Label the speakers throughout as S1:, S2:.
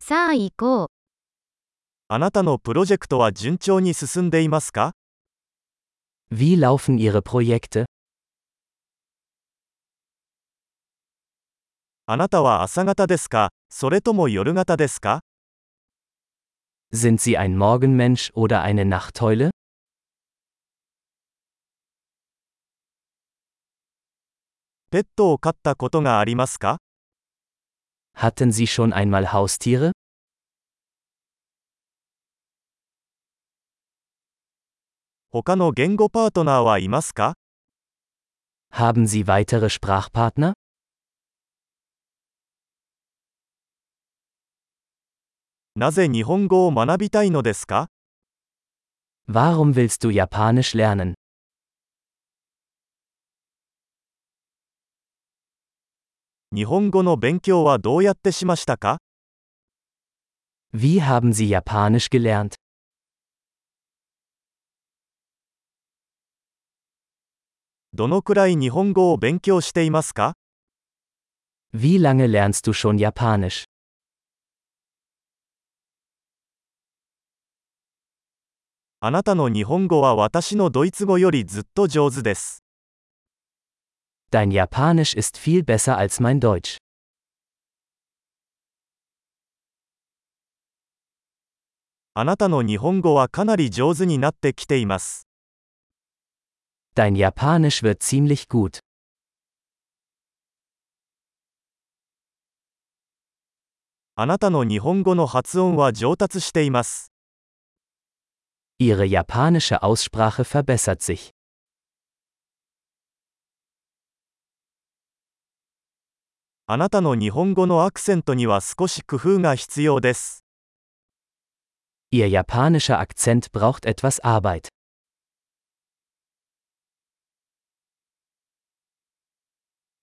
S1: さあ行こう。
S2: あなたのプロジェクトは順調に進んでいますか
S3: Wie laufen Ihre Projekte?
S2: あなたは朝方ですかそれとも夜型ですか
S3: Sind Sie ein Morgenmensch oder eine Nachteule?
S2: ペットを飼ったことがありますか
S3: Hatten Sie schon einmal Haustiere?
S2: 他の言語パートナーはいますか
S3: Haben Sie weitere Sprachpartner?
S2: なぜ日本語を学びたいのですか
S3: Warum willst du Japanisch lernen?
S2: 日本語の勉強はどうやってしましたか
S3: Wie haben Sie Japanisch gelernt?
S2: どのくらい日本語を勉強していますか
S3: Wie lange lernst du schon Japanisch?
S2: あなたの日本語は私のドイツ語よりずっと上手です。
S3: Dein Japanisch ist viel besser als mein Deutsch.
S2: あなたの日本語はかなり上手になってきています。
S3: Dein Japanisch wird ziemlich gut.
S2: あなたの日本語の発音は上達しています。
S3: Ihre japanische Aussprache verbessert sich.
S2: あなたの日本語のアクセントには少し工夫が必要です。
S3: Ihr japanischer Akzent braucht etwas Arbeit.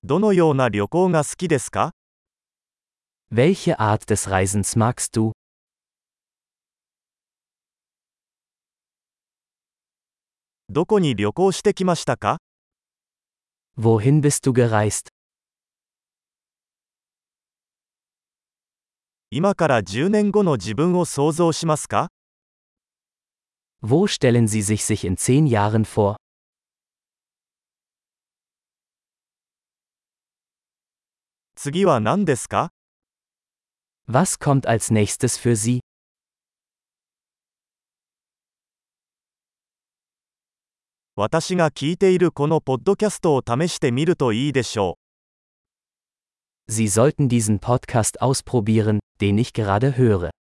S2: どのような旅行が好きですか
S3: Welche Art des Reisens magst du?
S2: どこに旅行してきましたか
S3: Wohin bist du gereist?
S2: 今から10年後の自分を想像しますか
S3: Wo stellen Sie sich sich in zehn Jahren vor?
S2: 次は何ですか
S3: Was kommt als nächstes für Sie?
S2: 私が聞いているこのポッドキャストを試してみるといいでしょう。
S3: Sie sollten diesen Podcast ausprobieren, den ich gerade höre.